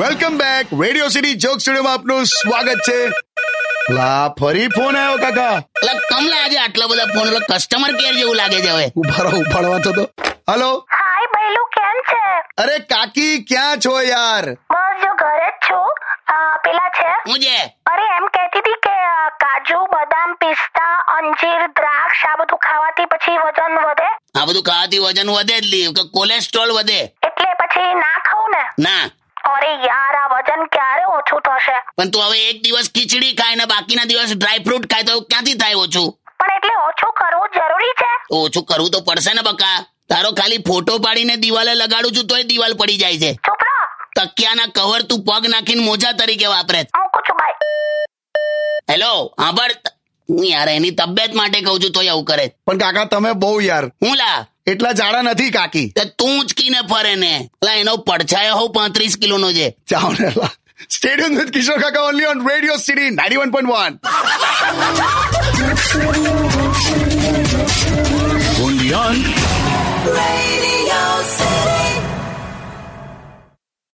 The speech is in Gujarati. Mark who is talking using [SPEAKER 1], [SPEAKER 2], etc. [SPEAKER 1] Welcome back radio city joke studio માં આપનું સ્વાગત છે લા ફરી ફોન આવ્યો કાકા
[SPEAKER 2] એટલે કમલા આજે આટલા બધા ફોન એટલે કસ્ટમર કેર જેવું લાગે છે હવે
[SPEAKER 1] ઉભા રહો ઉપાડવા તો તો હલો
[SPEAKER 3] હાય ભાઈલું કેમ છે
[SPEAKER 1] અરે કાકી ક્યાં છો યાર
[SPEAKER 3] બસ જો ઘરે જ છું અ, પેલા છે
[SPEAKER 2] હું જે
[SPEAKER 3] અરે એમ કહેતી હતી કે અ, કાજુ બદામ પિસ્તા અંજીર દ્રાક્ષ આ બધું ખાવાથી પછી વજન વધે
[SPEAKER 2] આ બધું ખાવાથી વજન વધે જ લી કે કોલેસ્ટ્રોલ વધે
[SPEAKER 3] એટલે પછી ના ખાઉં ને
[SPEAKER 2] ના
[SPEAKER 3] અરે યાર આ વજન ક્યારે ઓછું થશે
[SPEAKER 2] પણ તું હવે એક દિવસ ખીચડી ખાય ને બાકીના દિવસ ડ્રાય ફ્રૂટ ખાય તો ક્યાંથી થાય ઓછું
[SPEAKER 3] પણ એટલે ઓછું કરવું જરૂરી છે
[SPEAKER 2] ઓછું કરવું તો પડશે ને બકા તારો ખાલી ફોટો પાડીને દિવાલે લગાડું છું તોય દિવાલ પડી જાય છે
[SPEAKER 3] ચૂપ રહો
[SPEAKER 2] તકિયાના કવર તું પગ નાખીને મોજા તરીકે વાપરે છે.
[SPEAKER 3] મૂકું છું બાય
[SPEAKER 2] હેલો આભાર યાર એની તબિયત માટે કહું છું તોય આવું કરે છે.
[SPEAKER 1] પણ કાકા તમે બહુ યાર
[SPEAKER 2] હું લા
[SPEAKER 1] એટલા જાડા નથી કાકી
[SPEAKER 2] તે તું ઉંચકીને ફરે ને લા એનો પડછાયો હોઉં પાંત્રીસ કિલોનો છે
[SPEAKER 1] જાઓ ને લા stadium with Kishore Kaka only on radio city ninety one point one
[SPEAKER 4] only on
[SPEAKER 5] Radio